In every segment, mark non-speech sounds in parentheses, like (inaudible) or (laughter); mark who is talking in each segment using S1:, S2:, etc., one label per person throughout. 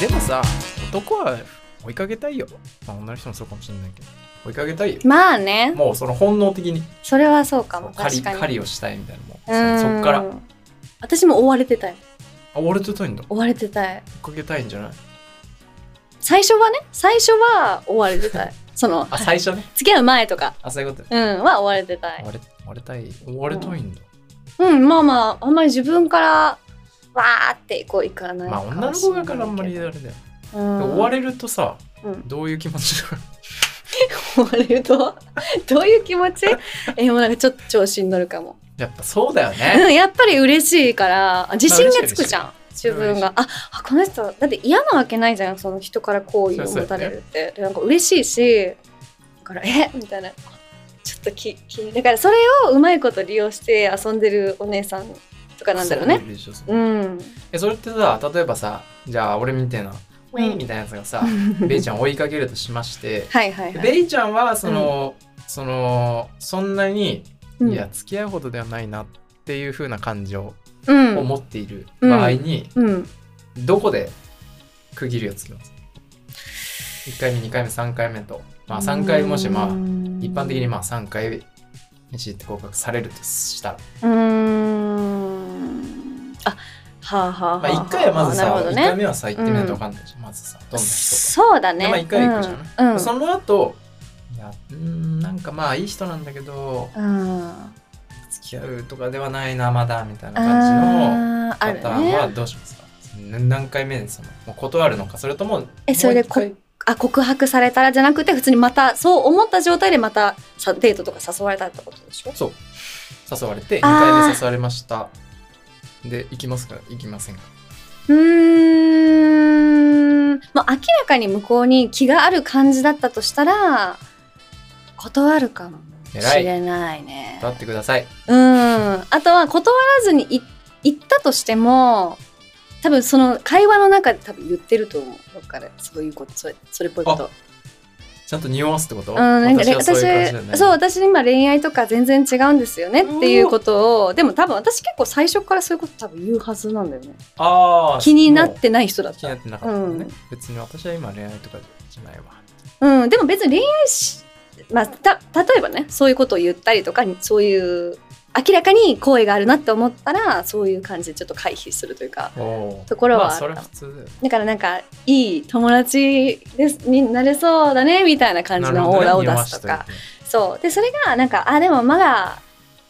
S1: でもさ男は追いかけたいよ、まあ、女の人もそうかもしれないけど追いかけたいよ
S2: まあね
S1: もうその本能的に
S2: それはそうかも
S1: 狩り
S2: 確かに
S1: 狩りをしたいみたいなもう
S2: うん
S1: そっから
S2: 私も追われてたよ
S1: あ俺とたいんだ追
S2: 追われてたい
S1: っかけたいんじゃない
S2: 最初はね最初は追われて
S1: (laughs)
S2: たいその
S1: あ最初ね
S2: 付き合う前とか
S1: あそういうこと
S2: うんは追われてたい
S1: 割れ割れたい割れたいんだ、
S2: うんまあまああんまり自分からわーってこういかない
S1: まあ
S2: か
S1: 女
S2: も
S1: の
S2: し
S1: 子
S2: れな
S1: だ
S2: いけ
S1: か
S2: ど
S1: らあんまりあれだよ、
S2: うん
S1: 追われるとさ、
S2: うん
S1: どういう気持ちが
S2: (laughs) 追われると (laughs) どういう気持ち (laughs) えもうなんかちょっと調子に乗るかも
S1: やっぱそうだよね
S2: (laughs) うんやっぱり嬉しいからあ自信がつくじゃん
S1: しい
S2: 自分がああこの人だって嫌なわけないじゃんその人から好意を持たれるって、でなんか嬉しいしだからえみたいなちょっとききだからそれをうまいこと利用して遊んでるお姉さんとかなんだろう
S1: そ
S2: ね
S1: ういう人そう
S2: うん
S1: えそれってさ例えばさじゃあ俺みたいなウェイみたいなやつが
S2: (laughs)
S1: さ、ベイちゃんを追いかけるとしまして
S2: はいはいはい、
S1: ベイちゃんはその、そのそんなに、
S2: うん、
S1: いや付き合うほどではないなっていう風な感情
S2: う
S1: を
S2: ん
S1: 持っている場合に、
S2: うん
S1: どこで区切りをつけます1回目2回目3回目と、まあ、3回もしまあ一般的にまあ3回にして合格されるとしたら、
S2: うーんあはあはあはあ、
S1: まあ、1回はまず
S2: なる
S1: さ、
S2: ほど
S1: 一1回
S2: ね
S1: 目はさ行ってみないと分かんないじゃん、まずさどんな人か
S2: そうだね、
S1: まあ一回行くじゃ
S2: うん、うん
S1: その後いやうーんなんかまあいい人なんだけど
S2: うん
S1: 付き合うとかではないなまだみたいな感
S2: あー
S1: じ
S2: あ
S1: のパタ
S2: る
S1: ーンは
S2: ね
S1: どうしますか、何何回目ですもう断るのかそれとも
S2: えそれでこ
S1: もう一
S2: あ告白されたらじゃなくて普通にまたそう思った状態でまたさデートとか誘われたってことでしょ
S1: 回そう誘われて2
S2: あー
S1: 回目誘われましたで行きますか行きませんか
S2: うーんもう明らかに向こうに気がある感じだったとしたら断るかもし
S1: 偉い
S2: れないね
S1: 断ってください
S2: うんあとは断らずにい行ったとしても多分その会話の中で多分言ってると思うどっかでそういうことそれそれっぽいこと
S1: ちゃんと匂わすってこと、
S2: うん、なんかね
S1: は
S2: 私
S1: そういう感じだよね
S2: そう私今恋愛とか全然違うんですよねっていうことをでも多分私結構最初からそういうこと多分言うはずなんだよね
S1: あー
S2: 気になってない人だ
S1: もう
S2: っ
S1: 気に
S2: た
S1: なってなかったのね、
S2: うん
S1: 別に私は今恋愛とかじゃないわ
S2: うんでも別に恋愛しまあた例えばねそういうことを言ったりとかにそういう明らかに好意があるなって思ったらそういう感じでちょっと回避するというか
S1: おー
S2: ところは
S1: まあそれは普通だよ
S2: だからなんかいい友達ですになれそうだねみたいな感じのオーラを出すとかそうでそれがなんかあでもまだ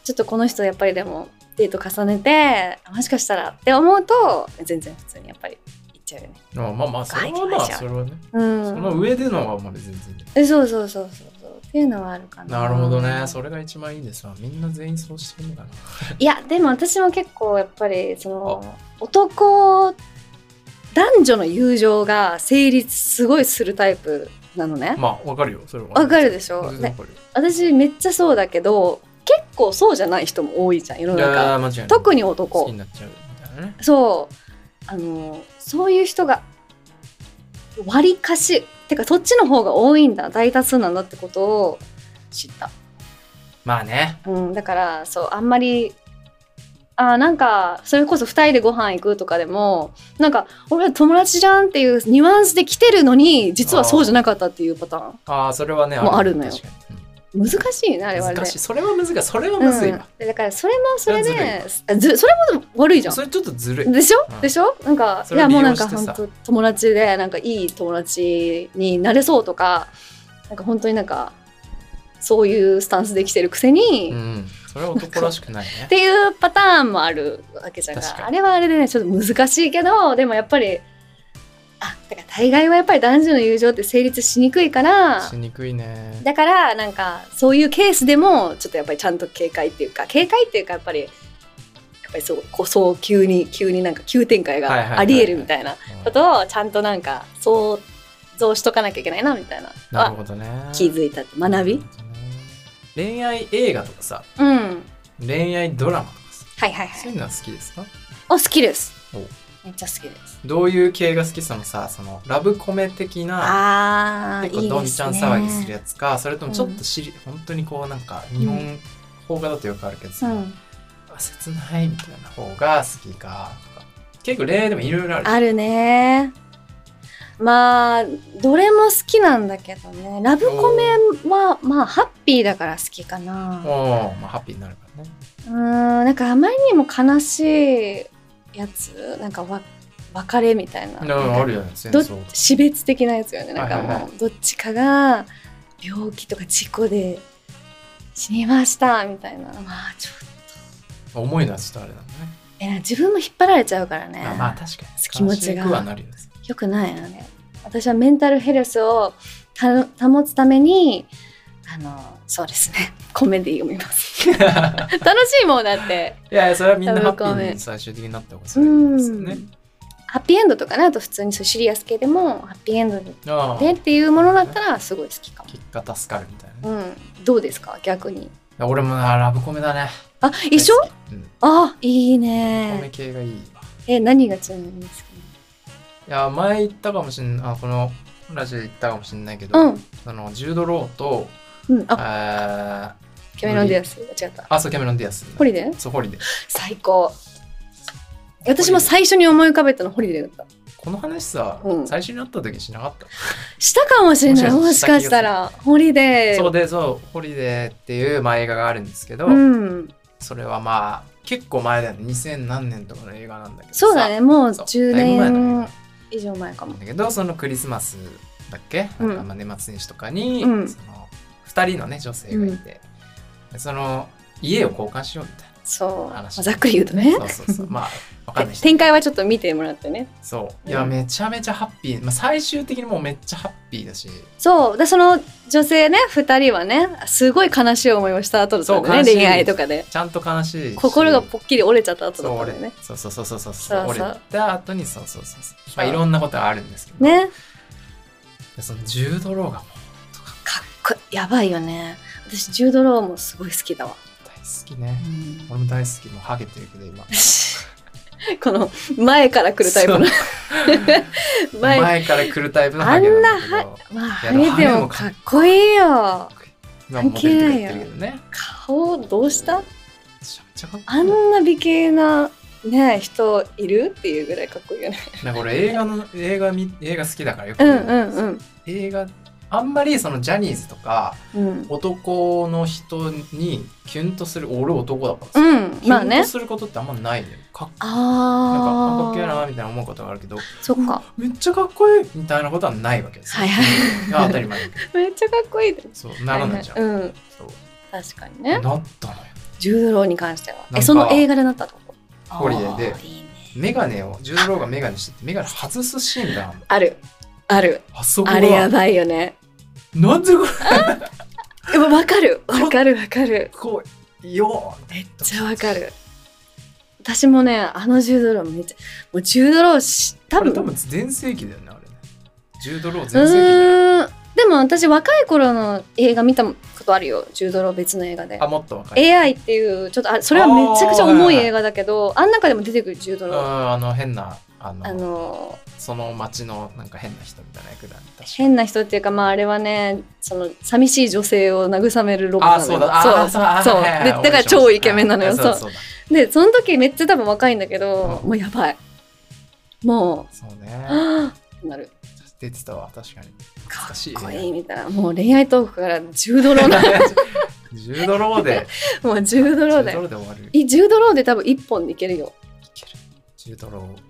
S2: ちょっとこの人やっぱりでもデート重ねてあもしかしたらって思うと全然普通にやっぱり行っちゃうよね
S1: まあまあまあそれはまあそれはね、そ
S2: う
S1: の
S2: ん
S1: 上でのはまだ全然ね
S2: えそうそうそうそうそうっていうのはあるかな
S1: なるほどねそれが一番いいですわみんな全員そうしてるのかない
S2: やでも私も結構やっぱりその男男女の友情が成立すごいするタイプなのね
S1: まあわかるよそれは
S2: わかるでしょ、
S1: 全然
S2: ね、
S1: わかるよ
S2: 私めっちゃそうだけど結構そうじゃない人も多いじゃん世の
S1: いや
S2: 中
S1: ー間違いない
S2: 特に
S1: 好
S2: 男
S1: きになっちゃうみたいなね
S2: そうあのそういう人が割りかしてかそっちの方が多いんだ大多数なんだってことを知った、
S1: まあね
S2: うん、だからそうあんまりあーなんかそれこそ2人でご飯行くとかでもなんか俺は友達じゃんっていうニュアンスで来てるのに実はそうじゃなかったっていうパターン
S1: ああそれはね
S2: もうあるのよ
S1: 確かに
S2: 難しいねあれは
S1: う
S2: あ
S1: ん
S2: れで
S1: 難しいそれは難しいそれはむずいわ、
S2: うん、だからそれもそれ
S1: それ
S2: であずそれも悪いじゃん
S1: それちょっとずるい
S2: でしょ、
S1: うん
S2: でしょなんかい
S1: それを
S2: や
S1: 利
S2: もう
S1: 用
S2: なんか
S1: して
S2: 本
S1: さ
S2: 当友達でなんかいい友達になれそうとかなんか本当になんかそういうスタンスで来てるくせに、
S1: う
S2: っ
S1: んそれは男らしくない
S2: (laughs)
S1: ね
S2: ていうパターンもあるわけじゃん
S1: 確かに
S2: あれはあれでねちょっと難しいけどでもやっぱりあだから大概はやっぱり男女の友情って成立しにくいから
S1: しにくいね
S2: だからなんかそういうケースでもちょっとやっぱりちゃんと警戒っていうか警戒っていうかやっぱりやっぱりそうこうそう急に急になんか急展開
S1: はいはいはいは
S2: が
S1: い
S2: ありえるみたいな
S1: うん
S2: ことをちゃんとなんか想像しとかなきゃいけないなみたいな
S1: なる
S2: あ
S1: ほどね
S2: 気づいたって学び
S1: 恋愛映画とかさ
S2: うんはい
S1: 恋愛ドラマとかさ
S2: はいは
S1: そう
S2: い
S1: いうのは好きですか
S2: お好きです
S1: お
S2: めっちゃ好きです
S1: どういう系が好きそのさそのラブコメ的な
S2: ああ
S1: 結
S2: い
S1: 構
S2: い
S1: ど
S2: で
S1: んち
S2: す
S1: ゃん
S2: ね
S1: 騒ぎするやつかそれともちょっとしり、本当にこうなんか日本邦画だとよくあるけど
S2: う
S1: さ、
S2: ん
S1: あ切ないみたいな方が好きかとか結構恋愛でもいろいろある
S2: あるねまあどれも好きなんだけどねラブコメはまあハッピーだから好きかな
S1: おーまあ、ハッピーになるからね。
S2: うーんなんかあまりにも悲しいやつなんかわ別れみたいな
S1: で
S2: なんか
S1: もあるよね、戦
S2: ど
S1: 争。
S2: 死別的なやつよねなんか
S1: はいはい
S2: も
S1: は
S2: うどっちかが病気とか事故で死にましたみたいなまあちょっと
S1: 思い出すとあれだね。
S2: えな自分も引っ張られちゃうからね
S1: あまあ確かに。
S2: 気持ちが
S1: 悲しくはなるよね。
S2: よくないよね私はメンタルヘルスをた保つためにあのそうですねコメディ読みます
S1: (laughs)
S2: 楽しいもんだって
S1: いやいや、それはみんなハッピ
S2: ラブコ
S1: ー
S2: メ
S1: に最終的になった方がそうれいいですよね。
S2: んハッピーエンドとかねあと普通にそうシリアス系でもハッピーエンド
S1: あ
S2: で
S1: あ
S2: っていうものだったらすごい好きかも
S1: 結果助かるみたいなね。
S2: うんどうですか逆に
S1: 俺もなラブコメだね。
S2: あ一緒
S1: 大好きうん。
S2: あい
S1: ラ
S2: い
S1: ブコメ
S2: ね
S1: 系がいいわ。
S2: え何がちなみに好き
S1: いや、前言ったかもしんない、あこのラジオで言ったかもしんないけど、
S2: なの
S1: そのジュード・ローと、
S2: うんうんあ
S1: あー
S2: キャメロン・ディアス違った
S1: あ、そう、キャメロン・ディアス。
S2: ホリデー
S1: そう、ホリデー。
S2: 最高私も最初に思い浮かべたのホリデーだった
S1: この話さ、
S2: うん
S1: 最初に会った時しなかった。
S2: したかもしれないも
S1: も
S2: し
S1: し
S2: か
S1: か
S2: し
S1: したた
S2: らホリデー
S1: そうで、そう、ホリデーっていうまあ映画があるんですけど、
S2: うん、
S1: それはまあ、結構前だよね。2000何年とかの映画なんだけどさ
S2: そうだねもう
S1: そう
S2: 10
S1: だいぶ前の映
S2: 年
S1: 画
S2: 以上前かも
S1: なんだけど、そのクリスマスだっけ、
S2: うん
S1: なんかまあ年末年始とかに、
S2: うん
S1: その2人のね、女性がいて、でその家を交換しようみたいな。
S2: そうまあ
S1: 話
S2: ざっくり言うとね
S1: そうそうそう。まあ、わかんない
S2: 展開はちょっと見てもらってね
S1: そう。いうや、
S2: ん
S1: めちゃめちゃハッピー。まあ、最終的にもうめっちゃハッピーだし、
S2: そうでその女性ね2人はねすごい悲しい思いをした後だったんだ
S1: そ
S2: よね
S1: う悲しい
S2: 恋愛とかで
S1: ちゃんと悲しいし。
S2: 心がポッキリ折れちゃった後
S1: そ
S2: だ
S1: う
S2: ったん
S1: 折
S2: だよ
S1: れ
S2: ね
S1: そうそうそうそうそう
S2: そう
S1: 折れた後にそうそうそうそうまあ
S2: そ
S1: い
S2: う
S1: ろんなことがあるんですけど
S2: ね
S1: でその10ドローがもう
S2: かっこやばいよね私ジュード・ローもすごい好きだわ、
S1: 大好きね俺も大好きもうハゲてるけど今
S2: (laughs) この前から来るタイプの前
S1: 前から来るタイプのハゲなんだけど
S2: まあハ
S1: いや
S2: ゲてもかっこいいよ
S1: 今モデルとかやってるけどね
S2: 顔どうした
S1: めちゃめちゃかっこい
S2: あ
S1: い
S2: んな美形なね人いるっていうぐらいかっこいいよね
S1: なんか俺映画の映画み映画好きだからよく
S2: う
S1: 見
S2: ん
S1: る
S2: うん
S1: 映画あんまりそのジャニーズとか
S2: うんうん
S1: 男の人にキュンとする俺男だからさ、
S2: うんまあ
S1: キュン
S2: ね
S1: とすることってあんまないねかっなんかあかっ
S2: あ
S1: こいい
S2: あ
S1: なみたいな思うことがあるけど
S2: そっか
S1: めっちゃかっこいいみたいなことはないわけですよ。
S2: はいはい
S1: いや当たり前だけど。
S2: めっちゃかっこいいです
S1: そう、ならないじゃん。
S2: うん
S1: そう
S2: 確かに
S1: な
S2: ね
S1: ったのよ。
S2: ジュード・ローに関しては
S1: なん
S2: え
S1: か
S2: その映画でなったとこ
S1: ホリデーで
S2: あいいね
S1: メガネを、ジュードローがメガネしてて、メガネ外すシーンがあるの
S2: あるある
S1: あそこ
S2: あれや
S1: は、
S2: ばいよね
S1: なんでこれ、
S2: でもわかるわかるわかる
S1: こう、よう、
S2: めっちゃわかる私もねあの10ドローめっちゃもう10ドローし多
S1: 多
S2: 分
S1: 分、多分全盛期だよね、あれね。ジュードロー
S2: う
S1: 全盛期だよ。
S2: ーんでも私若い頃の映画見たことあるよ10ドロー別の映画で
S1: あ、もっと若い。
S2: AI っていうちょっとあそれはめちゃくちゃ重い映画だけどあん中でも出てくる10ド
S1: うん、
S2: ロー
S1: あの、変な、あの、
S2: あの
S1: その町のなんか変な人みたいな役だね。確か
S2: 変な人っていうかまああれはねその寂しい女性を慰めるロボ
S1: あ、
S2: なの
S1: そう
S2: よ
S1: だ、あ、そうだ、あ
S2: そう
S1: はいはいはい
S2: でだから超イケメンなのよ
S1: はい
S2: そう
S1: そうだ。
S2: うでその時めっちゃ多分若いんだけど、
S1: うん
S2: もうやばいも
S1: そう
S2: う (gasps)
S1: ね。
S2: はぁってなる
S1: 出てたわ、確かに。
S2: か
S1: 懐しい
S2: かっこい
S1: ね。
S2: いみたいなもう恋愛トークから10ドロ
S1: (laughs)
S2: ーな
S1: ジュードローで。
S2: もう10ドローだ
S1: ジュ
S2: よ
S1: ードローで終わる。い
S2: い10ドローで多分1本でいけるよ
S1: ける。ジュードローを目指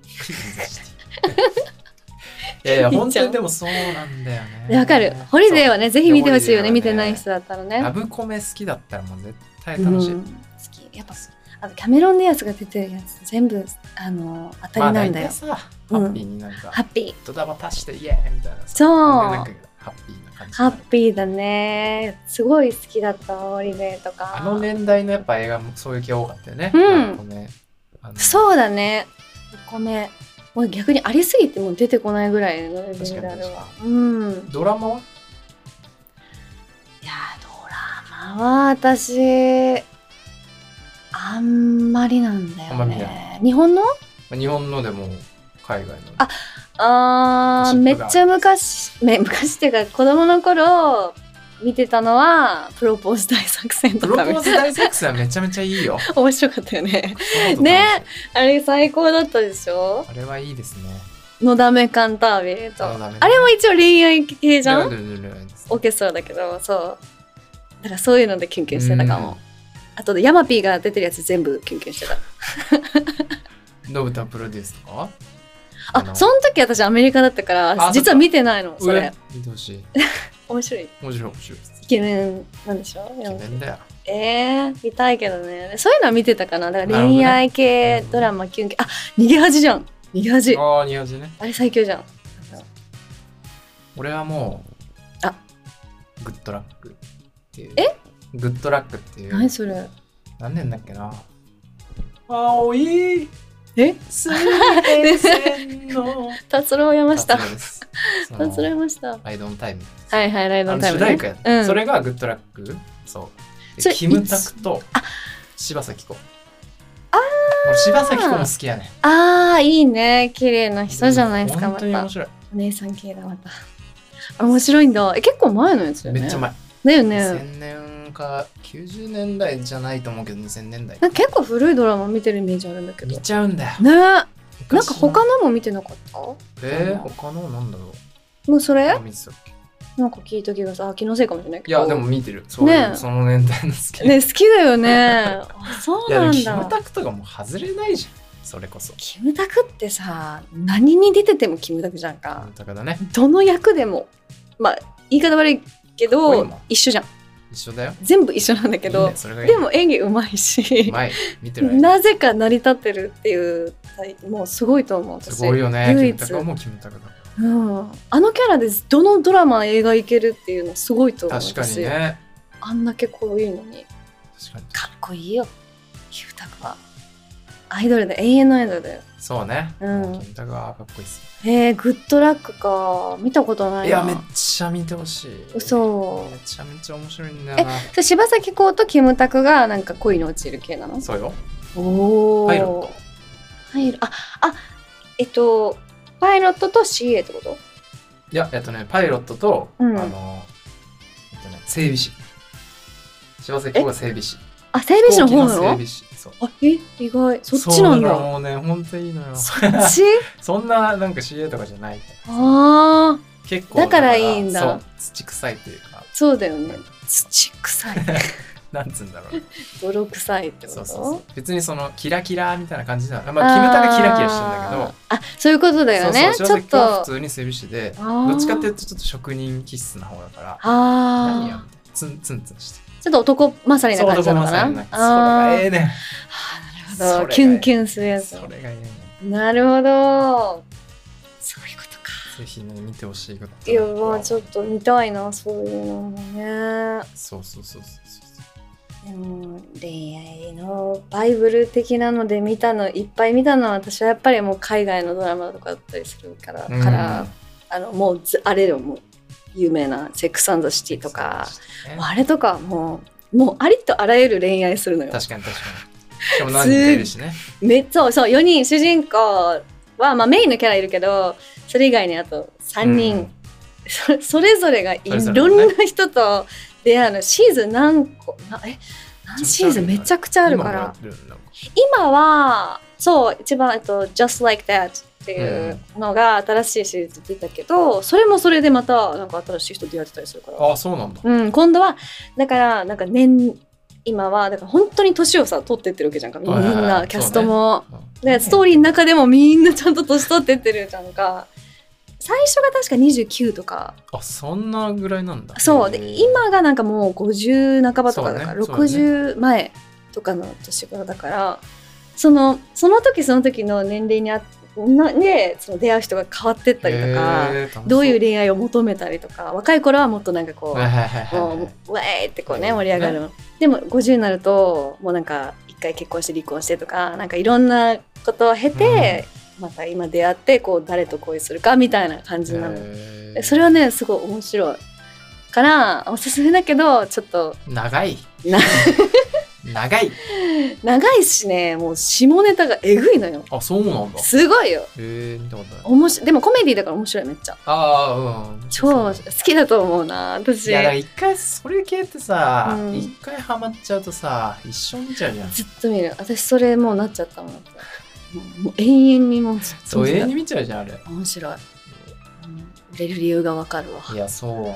S1: して。いやいや、
S2: いい
S1: 本
S2: じ
S1: 当
S2: ゃん
S1: にでもそうなんだよね。
S2: わかるホリデー
S1: は。
S2: はねぜひ見てほしいよね
S1: ホ
S2: 見
S1: リ
S2: て
S1: デーはね
S2: ない人だったら
S1: ラ
S2: ね
S1: ブコメ好きだったらもう絶対
S2: うん
S1: 楽しい。
S2: 好きやっぱあとキャメロン・ディアスが出てるやつ全部あの当たりなんだよ
S1: 大体、さ、ハッピーになんか、
S2: ハッピ
S1: ドタバタしてイエーイみたいなさ。
S2: そう
S1: なんかハッピーな感
S2: ー
S1: じに
S2: ハッ
S1: なる。
S2: ピーだねすごい好きだったわホリデーとか
S1: あの年代のやっぱ映画もそういう系多かったよね。
S2: うん
S1: ラブコメ。あの
S2: そうだねお米もう逆にありすぎてもう出てこないぐらいのレベルであるわ
S1: 確
S2: うん
S1: ドラマはい
S2: やードラマは私あんまりなんだ
S1: あ
S2: よ
S1: んまり見
S2: ね。日本の
S1: まあ日本のでも海外の。
S2: ああ
S1: ゴ
S2: ー
S1: シ
S2: め
S1: ップ
S2: っ
S1: が
S2: ちゃ昔め昔っていうか子供の頃見てたのはプロポーズ大作戦
S1: プ
S2: と
S1: ロポ
S2: か
S1: ーズ大作戦はめちゃめちゃいいよ。
S2: 面白かったよね。
S1: そんなことない
S2: ねあれ最高だったでしょ
S1: あれはいいですね。
S2: のだめカンタービレと
S1: のだめ
S2: あれも一応恋愛系じゃん
S1: ルルルルルです
S2: オーケストラだけどそうだからそういうのでキュンキュンしてたかも、あとでヤマピーが出てるやつ全部キュンキュンしてた
S1: うんのぶたプロデュースとかあ
S2: あ
S1: の
S2: その時私アメリカだったから
S1: あ
S2: 実は見てないのそれ
S1: うん見てほしい
S2: 面白い
S1: 面白い面白いです
S2: イケメンなんでしょ
S1: イケメンだよ
S2: えー、見たいけどねそういうのは見てたかなだか
S1: な
S2: ら
S1: るほどね
S2: 恋愛系、
S1: うん
S2: ドラマキュンキュンあ逃げ恥じゃん逃げ恥あ
S1: ああ似合うしね
S2: れ最強じゃん
S1: 俺はもう
S2: あ
S1: グッドラックっていうえグッドラックっていう
S2: 何それ
S1: 何年だっけな青い
S2: え
S1: 水平線の
S2: (laughs) 達郎山下
S1: 達郎ですその
S2: 達郎山下
S1: ライドオンタイム
S2: はいはいライ
S1: あ
S2: ド
S1: の
S2: のタイ
S1: 主
S2: ム
S1: 題
S2: ね
S1: 歌やっ
S2: うん
S1: たそれがグッドラックそうで
S2: それ
S1: キムタクと柴咲コウ俺柴咲コウも好きやね
S2: あーいいね綺麗な人じゃないですか
S1: うん本
S2: ま
S1: 当に
S2: た
S1: 面白い
S2: お姉さん系だまたあ面白いんだえ結構前のやつだよね
S1: めっちゃ前
S2: だよね
S1: 2000年か90年代じゃないと思うけど2000年代
S2: なんか結構古いドラマ見てるイメージあるんだけど
S1: 見
S2: ね
S1: ちゃうんだよ
S2: なんか
S1: 昔の
S2: 他のも見てなかったも
S1: えー、他のなんだろう
S2: うそれ
S1: 見てたっけ
S2: なんか聞いた気がさあ気のせいかもしれない
S1: い
S2: けど
S1: やでも見てるそういう、
S2: ねえ
S1: その年代の好き、
S2: ね好きだよね
S1: (laughs)
S2: あそう
S1: いやで
S2: な
S1: も
S2: ん
S1: キム
S2: だ
S1: タクとかもう外れないじゃんそれこそ
S2: キムタクってさ何に出ててもキムタクじゃん
S1: キ
S2: か
S1: ムタクだね
S2: どの役でもまあ言い方悪いけ
S1: かっこい
S2: ど
S1: いもん
S2: 一緒じゃん
S1: 一緒だよ
S2: 全部一緒なんだけ
S1: いい
S2: ど
S1: ね、それがいい
S2: でも演技うまいし
S1: 前見てる間
S2: なぜか成り立ってるっていうタイもうすごいと思う私
S1: すごいよね
S2: 唯
S1: キム
S2: 一
S1: タクはもうキムタクだか
S2: うん、あのキャラでどのドラマ映画行けるっていうのすごいと思
S1: ら
S2: う
S1: 確かに
S2: 私
S1: ね
S2: あんだけこういうのに
S1: 確かに
S2: かっこいいよキムタクはアイドルで永遠のアイドルだよ
S1: そうね、
S2: うん
S1: もキムタクはかっこいいっす
S2: えー、グッドラックか見たことないない
S1: やめっちゃ見てほしい
S2: 嘘
S1: めちゃめちゃ面白いんだよな
S2: それ柴咲コウとキムタクがなんか恋に落ちる系なの
S1: そうよ
S2: おお
S1: パイロット
S2: パイロああえっとパイロットと CA ってこと
S1: いやえっとねパイロットと、
S2: うん
S1: あの、えっとね、整備士柴崎公が整備士
S2: あ整備士の方
S1: 飛
S2: な
S1: 行機整備
S2: の
S1: 士そう
S2: あえ意外そっちなん
S1: そう
S2: だ
S1: もうね本当にいいのよ
S2: そ
S1: そ (laughs)
S2: っち
S1: んななんか CA とかじゃない
S2: ああ
S1: 結構
S2: だからいいんだ
S1: そう土臭いというか
S2: そうだよね
S1: (laughs)
S2: 土臭い
S1: なんつうんだろう
S2: 泥臭いってこと
S1: そうそうそう別にそのキラキラみたいな感じではないまあキムタがキラキラしてんだけど
S2: あーあそういうことだよね
S1: そうそう
S2: ちょっ
S1: 柴咲コウは
S2: と
S1: 普通に整備士で
S2: あー
S1: どっちかっていうとちょっと職人気質な方だから何やみたい
S2: あ
S1: なツンツンツンして
S2: あちょっと男勝りな
S1: そう
S2: 感じなの
S1: ま
S2: か
S1: さに
S2: な
S1: なんかそ
S2: あ
S1: れがええねん
S2: ーな
S1: それが
S2: るほどキュンキュンするやつ
S1: それがいいね。
S2: なるほどそういうことか
S1: ぜひね、見てほしいこと。
S2: いやまあちょっと見たいなそういうのもね
S1: そうそうそうそうそ
S2: でも恋愛のバイブル的なので見たのいっぱい見たのは私はやっぱりもう海外のドラマとかだったりするから、
S1: う。
S2: から
S1: うん、
S2: あのもうずあれでも有名な「セックスシティ」とか、
S1: ね
S2: もうあれとかはもうもうありとあらゆる恋愛するのよ
S1: 確かに確かに。しかも何人かいるしね。
S2: めっちゃそう4人主人公は、まあ、メインのキャラいるけどそれ以外にあと3人、
S1: うん
S2: そ (laughs) それぞれがい
S1: それぞれ
S2: ろ
S1: のね
S2: んな人と出会うのシーズン何個なえ何シーズンめ
S1: め
S2: ち
S1: ち
S2: ゃくちゃあるから
S1: 今もやってるんだもん
S2: 今はそう一番えっと「Just Like That」っていうのが新しいシリーズ出たけど、それもそれでまたなんか新しい人出会ってたりするから
S1: あ、そうなんだ。
S2: うん、今度はだからなんか年今はだから本当に年をさ取ってってるわけじゃんかみん
S1: はいはいはい
S2: なキャストも、
S1: うん
S2: でストーリーの中でもみんなちゃんと年取ってってるじゃんか最初が確か29とか
S1: あ、そんなぐらいなんだ。
S2: そう
S1: へ
S2: で
S1: ー、
S2: 今がなんかもう50半ばとかだから、
S1: そうねそう
S2: 60前とかの年頃だからそのその時その時の年齢にあなでその出会う人が変わってったりとか
S1: へー、楽しそ
S2: どういう恋愛を求めたりとか若い頃はもっとなんかこう。
S1: はいはいはいはい
S2: もう、うわーいってこうね、
S1: うん
S2: 盛り上がるの。でも、50になると、もうなんか、一回結婚して離婚してとか、なんかいろんなことを経て、また今出会って、こう、誰と恋するかみたいな感じなの。
S1: へ
S2: で
S1: ー
S2: それはね、すごい面白い。から、おすすめだけど、ちょっと、
S1: 長い。
S2: な
S1: (laughs) 長い。
S2: 長いしね、もう下ネタがえぐいのよ。
S1: あ、そうなんだ。
S2: すごいよ。
S1: へえ、見たことない。
S2: おもしでもコメディだから面白い、めっちゃ。
S1: ああ、うん。
S2: 超好きだと思うな、
S1: い
S2: 私。
S1: やだから一回それ系ってさ
S2: うん
S1: 一、回ハマっちゃうとさ一生見ちゃうじゃん
S2: ずっと見る。私、それもうなっちゃったもん。もう永遠にもう
S1: そう永遠に見ちゃうじゃんあれ
S2: 面白い、うん、売れる理由がわかるわ
S1: いやそうなんだ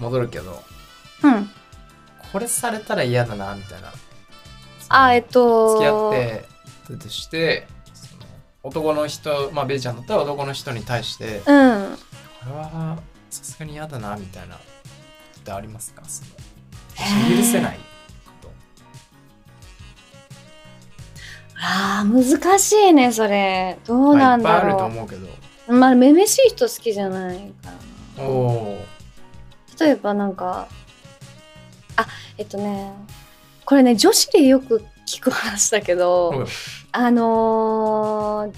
S1: 戻るけど
S2: うん
S1: これされたら嫌だなみたいな
S2: あえっと
S1: 付き合ってたとしてその男の人まあベイちゃんだったら男の人に対してこ
S2: うん
S1: れはさすがに嫌だなみたいなってありますかその私許せないこと
S2: あー難しいねそれどう
S1: まあ
S2: ないん
S1: っぱい
S2: だ
S1: あると
S2: ろ
S1: 思うけど
S2: うまあめめしい人好きじゃないから
S1: おお
S2: 例えばなんかあえっとねこれね女子でよく聞く話だけど、
S1: うん
S2: あのー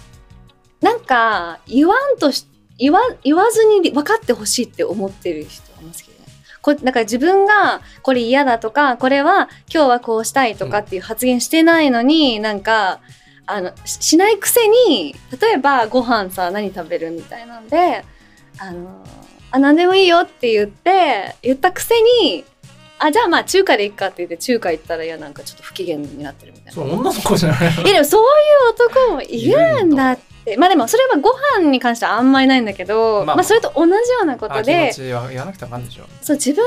S2: なんか言わんとし言わ言わずに分かってほしいって思ってる人はあんま好きじゃないこだから自分がこれ嫌だとかこれは今日はこうしたいとかっていう発言してないのに、なんかあのししないくせに例えばご飯さ何食べるみたいなんであのあ何でもいいよって言って言ったくせにあじゃあまあ中華で行くかって言って中華行ったらいやなんかちょっと不機嫌になってるみたい
S1: そ
S2: な。
S1: う女の子じゃない
S2: いやでもそういう男もいるんだってまあでもそれはご飯に関してはあんまりないんだけど、
S1: まあ
S2: まあ、それと同じようなこと
S1: あ気持
S2: で
S1: ちは言わなくてもあかんでしょ
S2: そう自分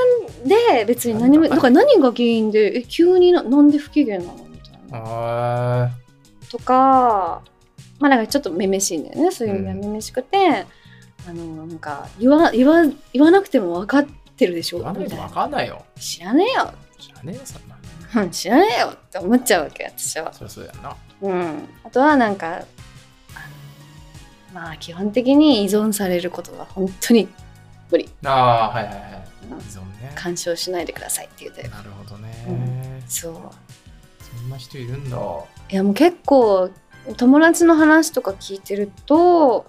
S2: で別に何も
S1: なん
S2: だ
S1: か
S2: から何が原因でえ急にななんで不機嫌なのみたいな
S1: あ
S2: とかまあなんかちょっとめめしいんだよねそういう意味では
S1: うん
S2: めめしくて、あのなんか言わ言わ言わなくても分かってるでしょ
S1: 言わない
S2: み
S1: と
S2: たい
S1: わ
S2: な
S1: かんないよ
S2: 知らねえよ
S1: 知らねえよそんな
S2: うん知らねえよって思っちゃうわけ私は
S1: そりゃそうやんな
S2: うん、あとはなんかあのまあ基本的に依存されることは本当に
S1: ああーはいはいはい
S2: うん
S1: 依存ね
S2: 干渉しないでくださいって言うて
S1: なるほどね、
S2: うんそう
S1: そんな人いるんだ
S2: いやもう結構友達の話とか聞いてると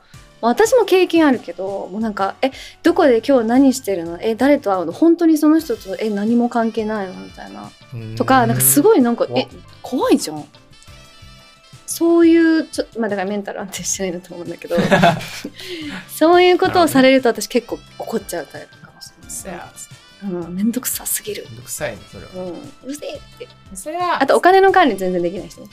S2: まあ私も経験あるけどもうなんか「えどこで今日何してるのえ誰と会うの本当にその人とえ何も関係ないの?」みたいなとかなんかす
S1: い
S2: ごいなんか「
S1: 怖っ
S2: え怖いじゃん」そういうちょまあだからメンタル安定してないなと思うんだけ (laughs) どそういうことをされると私結構怒っちゃうタイプかもし
S1: せ
S2: れない
S1: やつって
S2: うん面倒くさすぎる
S1: め、んどくさいねそれは
S2: うん、うるせえって
S1: せや
S2: あとお金の管理全然できない人ね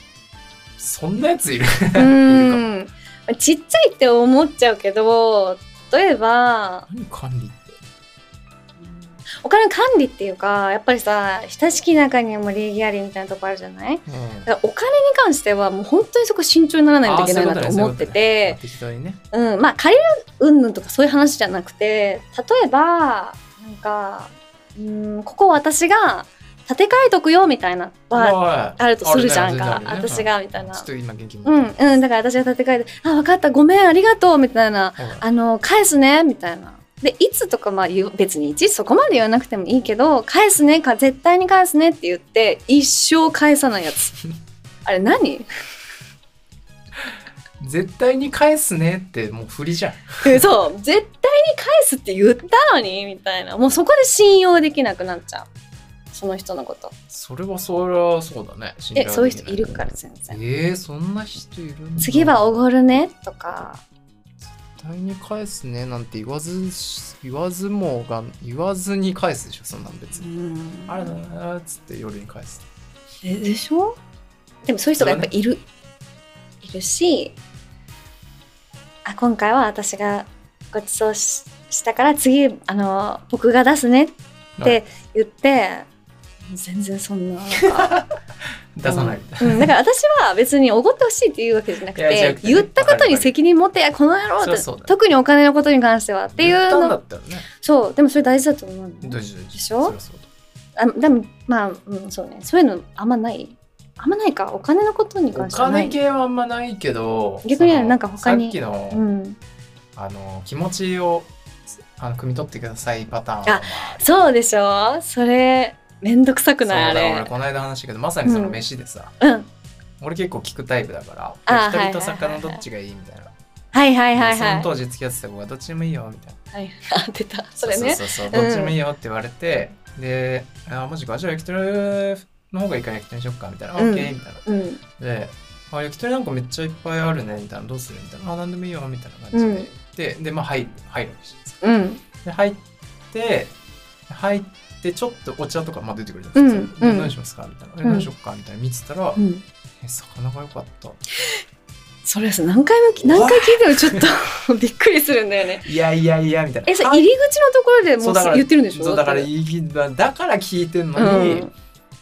S1: そんなやついる
S2: うんまあちっちゃいって思っちゃうけど例えば
S1: 何管理って
S2: お金の管理っていうかやっぱりさ親しき中にも礼儀ありみたいなとこあるじゃない
S1: うん
S2: だからお金に関してはもう本当にそこ慎重にならないといけないな
S1: あー
S2: と
S1: そういう
S2: 思
S1: こ
S2: っ
S1: とね
S2: て
S1: ま
S2: て
S1: あ適当にね
S2: うんまあ借りる云々とかそういう話じゃなくて例えばなんかうんここ私が建て替えとくよみたいなは
S1: は
S2: あるとするじゃんか、
S1: あるね
S2: 私がみたいな
S1: ちょっと今元気も
S2: うんうんだから私が建て替えて「あ分かったごめんありがとう」みたいな「あの返すね」みたいな。でいつとかまあ言う別にいちいちそこまで言わなくてもいいけど「返すね」か「絶対に返すね」って言って一生返さないや (laughs) つあれ何
S1: 絶対に返すねってもう振りじゃん
S2: えそう絶対に返すって言ったのにみたいなもうそこで信用できなくなっちゃうその人のこと
S1: それはそれはそうだね信
S2: え
S1: 頼
S2: そういう
S1: でき
S2: 人
S1: ない
S2: るから全然
S1: えー、そんな人いるんだ
S2: 次はおごるねとか
S1: 絶対に返すねなんて言わずし言わずもが言わずに返すでしょそんなん別に、
S2: うん
S1: あれだなっつって夜に返す
S2: えでしょでもそういう人がやっぱいる、いるしあ今回は私がごちそうししたから次あの僕が出すねって言って、全然そんななんか
S1: 出さないみたい
S2: うん、だから私は別におごってほしいっていうわけじゃなく
S1: いや違う
S2: て言ったことに責任持てこの野郎
S1: そりゃ
S2: っ
S1: そう
S2: て
S1: だ
S2: 特にお金のことに関してはってい
S1: 言っ
S2: う
S1: たんだ
S2: の
S1: ったらね
S2: そうでもそれ大事だと思うんだよ
S1: どうぞど
S2: ね
S1: うぞ
S2: でしょ
S1: そりゃそうだ
S2: あでもまあ、うん、そうねそういうのあんまないあんまないかお金のことに
S1: お
S2: 関してはな
S1: 金
S2: い
S1: 系はあんまないけど
S2: 逆に
S1: その
S2: なんか他に
S1: さっきの,、
S2: うん、
S1: あの気持ちをあの汲み取ってくださいパターンはまあ
S2: そうでしょそれめんどくさくないあ
S1: そうだ俺
S2: れ
S1: この間話したけどまさにその
S2: うん
S1: 飯でさ、
S2: うん
S1: 俺結構聞くタイプだか
S2: あ
S1: ら
S2: ー
S1: 人と
S2: はいはいはい
S1: 魚
S2: はい
S1: どっちがいいみたいな、
S2: はいはいはい
S1: そ
S2: は
S1: の
S2: い
S1: 当時付き合ってた子がどっちでもいいよみたいな
S2: はい (laughs) あ出たそれね
S1: そうそうそう
S2: うん
S1: どっちでもいいよって言われて、であマジかじゃあ焼き鳥の方がいいから焼き鳥にしよっかみたいな、
S2: うん
S1: オッケーみたいな
S2: うん
S1: であ焼き鳥なんかめっちゃいっぱいあるねみたいなどうするみたいなあ何でもいいよみたいな感じで、
S2: うん
S1: ででまあ入入るわけじゃないですか
S2: うん
S1: で入って入ってちょっとお茶とかまあ出てくるじゃないですか、
S2: うん
S1: で
S2: うん
S1: 何しますかみたいな、え
S2: うん
S1: 何しよっかみたいな見てたら、
S2: うん
S1: え魚が良かった
S2: それです何回も何回聞いてもちょっと (laughs) びっくりするんだよね
S1: いやいやいやみたいな
S2: えそれ
S1: あ
S2: 入り口のところでも
S1: そう
S2: う
S1: だから
S2: 言ってるんでしょ
S1: そうだから
S2: って
S1: いいだだから聞いてんのに、
S2: うん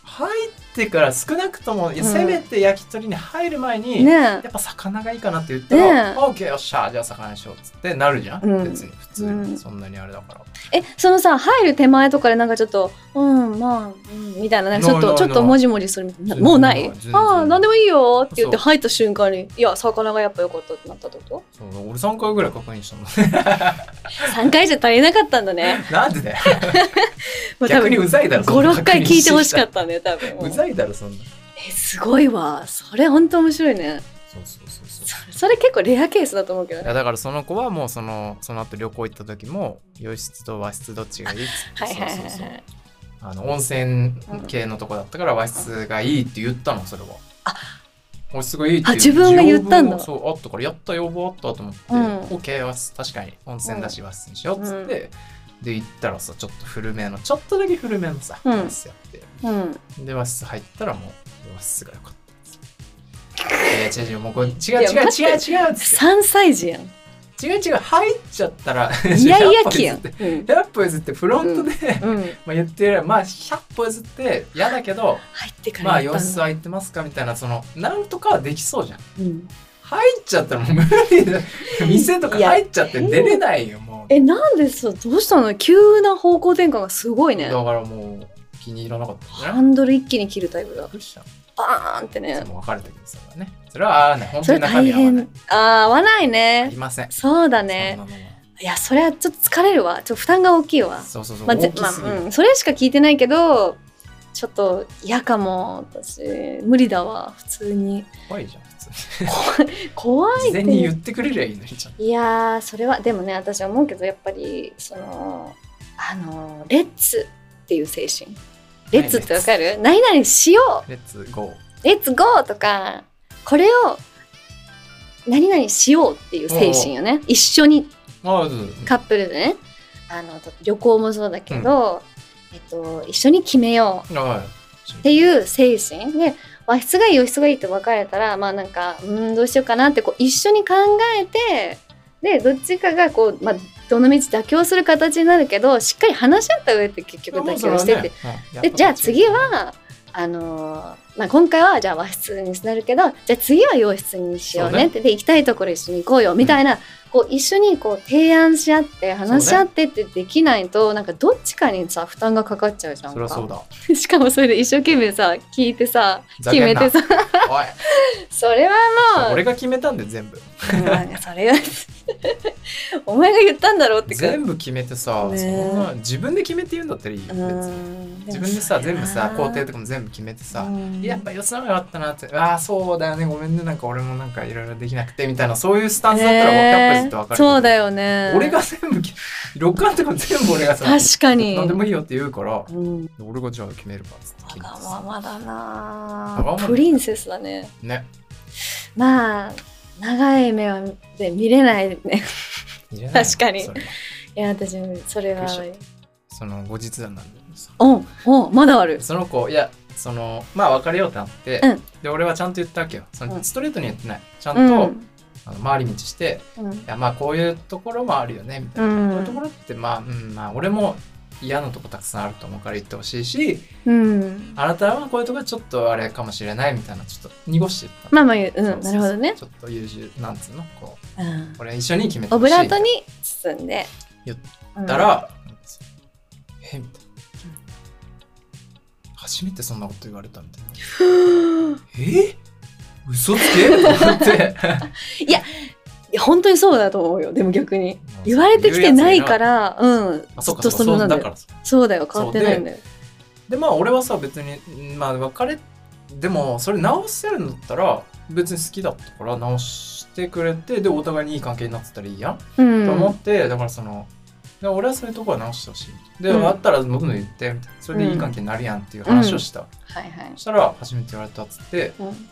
S1: 入ってから少なくとも、いや
S2: うん
S1: せめて焼き鳥に入る前に、
S2: ね
S1: やっぱ魚がいいかなって言ったら、
S2: ねえ
S1: OK よっしゃじゃあ魚にしようっつってなるじゃん、
S2: うん
S1: 別に普通
S2: う
S1: に
S2: ん
S1: そんなにあれだから、
S2: ええそのさ入る手前とかでなんかちょっとうんまあ、うん、みたいななんかちょ
S1: ない
S2: っと
S1: ない
S2: ちょっともじもじするみたい
S1: 全
S2: な
S1: 然
S2: もうない
S1: ない全然
S2: ああ何でもいいよって言って
S1: そう
S2: 入った瞬間にいや魚がやっぱ良かったってなったってこと
S1: そう俺3回ぐらい確認したもんね (laughs)
S2: 3回じゃ足りなかったんだね、
S1: なんでだよ
S2: (laughs) まあ、多
S1: 逆に
S2: 分
S1: うざいだろそんな
S2: 56回聞いてほしかったんだよ多
S1: う
S2: 分
S1: ざいだろそんな
S2: えすごいわそれ本当面白いね
S1: そうそうそうそう
S2: それ結構レアケースだと思うけど
S1: い
S2: ね
S1: やだからその子はもうそのその後旅行行った時も洋室と和室どっちがいいっつって
S2: はいはいはい
S1: そう
S2: は
S1: そうそう
S2: い
S1: あの温泉系のとこだったから和室がいいって言ったのそれは
S2: あ
S1: 和室がいいって
S2: あ自分が言ったんだ
S1: 要望そうあったからやった要望あったと思って、
S2: うん
S1: OK 和室確かに温泉だし和室にしようっつって、で行ったらさちょっと古めのちょっとだけ古めのさ
S2: うん
S1: 和室やって、
S2: うん
S1: で和室入ったらもう和室が良かったっつっていや違う違うもうこれ違う違う違う違う
S2: いや待
S1: 違うっつっ
S2: 3歳児やん
S1: て違う違う入っちゃったら
S2: イヤイヤ期やん
S1: 100歩譲って
S2: うん
S1: 100歩譲ってフロントで、
S2: うん
S1: まあ言ってるまあ100歩譲って嫌だけど
S2: 入ってから
S1: まあ
S2: や
S1: 様
S2: ったんだ
S1: 子空いてますかみたいなそのなんとかはできそうじゃん
S2: うん
S1: 入っちゃったらもう無理
S2: (laughs)
S1: だ店とか入っちゃって出れないよもう
S2: えなんでそうどうしたの急な方向転換がすごいね
S1: だからもう気に入らなかったんじゃ
S2: ハ
S1: ない
S2: ンドル一気に切るタイプだ
S1: びっくりしたの
S2: バーンって
S1: い
S2: ね
S1: つも別れたけどそれはねそれは合わない本
S2: そ
S1: 当
S2: れ
S1: に中身合わ
S2: 大
S1: ない
S2: 変あー合わない
S1: あ
S2: ね
S1: りません
S2: そうだね
S1: そんなのはい
S2: やそれはちょっと疲れるわちょっと負担が大きいわ
S1: そうそうそう、
S2: まあ、
S1: 大
S2: ぜ
S1: き
S2: まあ
S1: すぎる、
S2: うん、それしか聞いてないけどちょっと嫌かも私無理だわ普通に
S1: 怖いじゃん普通に
S2: 怖い
S1: 事
S2: って
S1: 前に言ってくれりゃいいのにじゃん
S2: いやーそれはでもね私は思うけどやっぱりそのあのレッツっていう精神レッツってわかる何々しよ
S1: レッツゴー
S2: うレッツゴーとかこれを何々しようっていう精神よね一緒に
S1: ああそうそう
S2: カップルでねあの旅行もそうだけど、えっと、一緒に決めよう
S1: はい
S2: っていう精神で和室がいい洋室がいいって別れたらまあなんかうんどうしようかなってこう一緒に考えてでどっちかがこう、まあ、どの道妥協する形になるけどしっかり話し合った上で結局妥協してって、でじゃあ次はあのーまあ、今回はじゃあ和室になるけどじゃあ次は洋室にしよう
S1: そうね
S2: ねってで行きたいところ一緒に行こうよみたいな、こう一緒にこう提案し合って話し合ってってできないと、なんかどっちかにさ負担がかかっちゃうじゃん
S1: そり
S2: か
S1: ゃそうだ
S2: (laughs) しかもそれで一生懸命さ聞いてさ
S1: ふざ
S2: 決
S1: けん
S2: め
S1: な
S2: てさ (laughs)
S1: おい
S2: それは
S1: (laughs)
S2: もう
S1: 俺が決めたんで全部
S2: うんなんかそれは (laughs) お前が言ったんだろうってか
S1: 全部決めてさ、
S2: ねえ
S1: そんな自分で決めて言うんだったらいいよ、
S2: う
S1: 別に
S2: ん
S1: 自分でさ全部さ工程
S2: か
S1: とかも全部決めてさ、やっぱよその方が良かったなってああそうだよねごめんねなんか俺もなんかいろいろできなくてみたいなそういうスタンスだったら100ずっと分かるけど、
S2: そうだよね
S1: 俺が全部決め録画とかも全部俺がさ
S2: 確かに
S1: 何でもいいよって言うから
S2: うん
S1: 俺がじゃあ決めるわっつって決めて
S2: わがま
S1: さ
S2: まだ
S1: わがま
S2: な
S1: ま
S2: プリンセスだね
S1: ね
S2: まあ長い目はで見れないね (laughs)
S1: 入れないの
S2: 確かに
S1: それはい
S2: や私それは
S1: びっくりその後日談なんだけどさ
S2: おおまだある
S1: その子いやそのまあ別れようってなって、
S2: うん
S1: で俺はちゃんと言ったわけよその、
S2: うん
S1: ストレートには言ってないちゃんと、
S2: うん
S1: あの回り道して
S2: うん
S1: いやまあこういうところもあるよねみたいな、こういうところってまあ、うん、まあ俺も嫌なとこたくさんあると思うから言ってほしいし
S2: うん
S1: あなたはこういうところちょっとあれかもしれないみたいなちょっと濁して言った
S2: まあまあ言うう
S1: の
S2: んなるほどね
S1: そうそうそうちょっと優柔なんつうのこう
S2: うん
S1: これ一緒に決めて
S2: オ
S1: ほ
S2: ブ
S1: しい
S2: ラートに包んで
S1: 言っ
S2: うん
S1: たら、えみたいな初めてそんなこと言われたみたいなえ嘘つけと思って
S2: いや本当にそうだと思うよでも逆に (laughs) 言われてきてない
S1: 言うや
S2: からう
S1: つ
S2: ん
S1: いないあ
S2: ず
S1: そう
S2: っ
S1: か
S2: と
S1: そうかそ
S2: そのな
S1: うん
S2: だ
S1: だか
S2: よ
S1: ら
S2: そうだよ変わってないんだよ
S1: でまあ俺はさ別にまあ別れでもそれ直せるんだったら別に好きだったから直してくれてでお互いにいい関係になってたらいいやん、
S2: うん
S1: と思ってだからそので俺はそういうとこは直してほしいで、
S2: うん
S1: あったらどんどん言ってみたいなそれでいい関係になるやんっていう話をした、
S2: はいはい
S1: そしたら初めて言われたっつって
S2: うん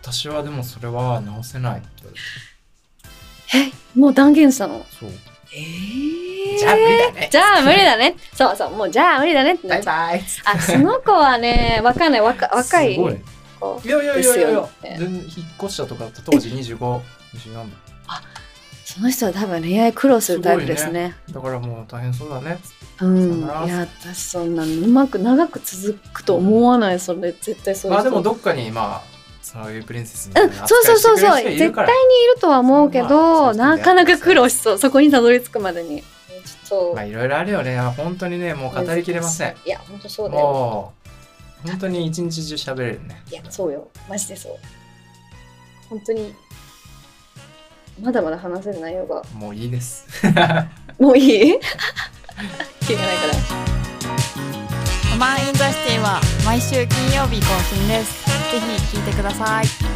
S1: 私はでもそれは直せないって言われて
S2: えもう断言したの
S1: そう
S2: ええ
S1: じゃあ無理だね
S2: じゃあ無理だねそうそうもうじゃあ無理だねって
S1: バ
S2: なっ
S1: イ
S2: ちゃう
S1: バイ
S2: あその子はねわかんない若若い
S1: すごい
S2: か
S1: いやいやいやい
S2: です
S1: やい
S2: よ
S1: や
S2: ね
S1: 全然引っ越したとかだった当時25、24番
S2: その人は多分恋愛苦労するタイプですね
S1: だからもう大変そうだねっつって
S2: うん
S1: さよなら
S2: いや私そんなのうまく長く続くと思わないそれ絶対そうい
S1: ま
S2: う
S1: あで
S2: 人
S1: もどっかにまあそういうプリンセスみた
S2: う
S1: い
S2: ん、
S1: な
S2: そ
S1: 扱
S2: う
S1: い
S2: そうそう
S1: してく
S2: そう
S1: れる人
S2: 絶
S1: いる
S2: 対にい
S1: から
S2: るとは思うけ
S1: ま
S2: ど、
S1: あそういう人
S2: なかなか苦労しそうそこにたどり着くまでにちょっと、
S1: まあいろいろあるよね本当にねもう語りきれません
S2: いや本当そうだよ
S1: もう本当に一日中喋れるね
S2: いやそうよマジでそう本当にまだまだ話せる内容が
S1: もういいです
S2: もうい (laughs) い聞いてないから
S3: ロマンインザシティは毎週金曜日更新です。ぜひ聞いてください。